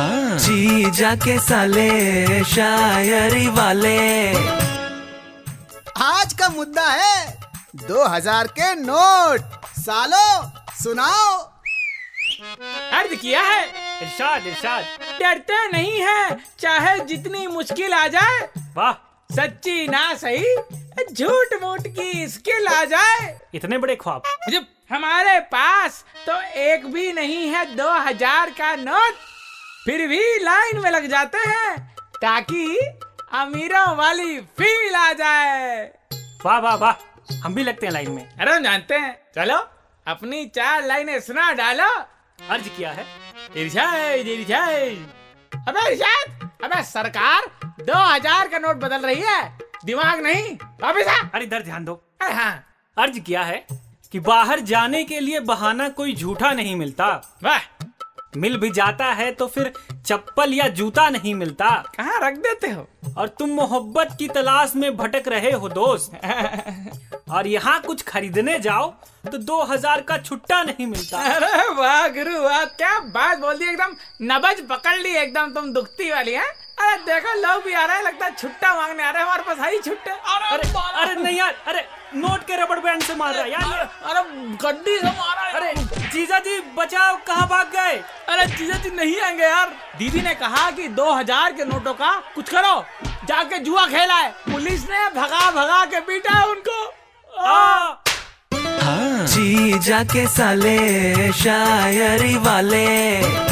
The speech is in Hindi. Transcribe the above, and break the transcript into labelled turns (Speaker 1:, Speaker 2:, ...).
Speaker 1: जी जाके साले शायरी वाले
Speaker 2: आज का मुद्दा है 2000 के नोट सालो सुनाओ
Speaker 3: अर्ज किया है इरशाद इरशाद डरते नहीं है चाहे जितनी मुश्किल आ जाए
Speaker 4: वाह
Speaker 3: सच्ची ना सही झूठ मूठ की स्किल आ जाए
Speaker 4: इतने बड़े ख्वाब
Speaker 3: जब हमारे पास तो एक भी नहीं है दो हजार का नोट फिर भी लाइन में लग जाते हैं ताकि अमीरों वाली फील आ जाए
Speaker 4: वाह वाह वाह हम भी लगते हैं लाइन में
Speaker 3: अरे हम जानते हैं चलो अपनी चार लाइनें सुना डालो
Speaker 4: अर्ज किया है
Speaker 3: इरशाद इरशाद अबे इरशाद अबे सरकार दो हजार का नोट बदल रही है दिमाग नहीं वापिस आ
Speaker 4: अरे इधर ध्यान दो
Speaker 3: अरे हाँ
Speaker 4: अर्ज किया है कि बाहर जाने के लिए बहाना कोई झूठा नहीं मिलता
Speaker 3: वाह
Speaker 4: मिल भी जाता है तो फिर चप्पल या जूता नहीं मिलता
Speaker 3: कहाँ रख देते हो
Speaker 4: और तुम मोहब्बत की तलाश में भटक रहे हो दोस्त और यहाँ कुछ खरीदने जाओ तो 2000 का छुट्टा नहीं मिलता
Speaker 3: अरे वाह गुरु वाह क्या बात बोल दी एकदम नबज पकड़ ली एकदम तुम दुखती वाली है अरे देखो लोग भी आ रहे हैं लगता है छुट्टा मांगने आ रहे हैं हमारे पास है ही छुट्टे
Speaker 4: अरे अरे नहीं यार अरे नोट के रबड़ बैंड से मार रहा है यार
Speaker 3: अरे गड्डी से मारा है।
Speaker 4: अरे जीजा जी बचाओ कहाँ भाग गए
Speaker 3: अरे जीजा जी नहीं आएंगे यार दीदी ने कहा कि 2000 के नोटों का कुछ करो जाके जुआ खेला है पुलिस ने भगा भगा के पीटा है उनको
Speaker 4: आ!
Speaker 1: जी जाके साले शायरी वाले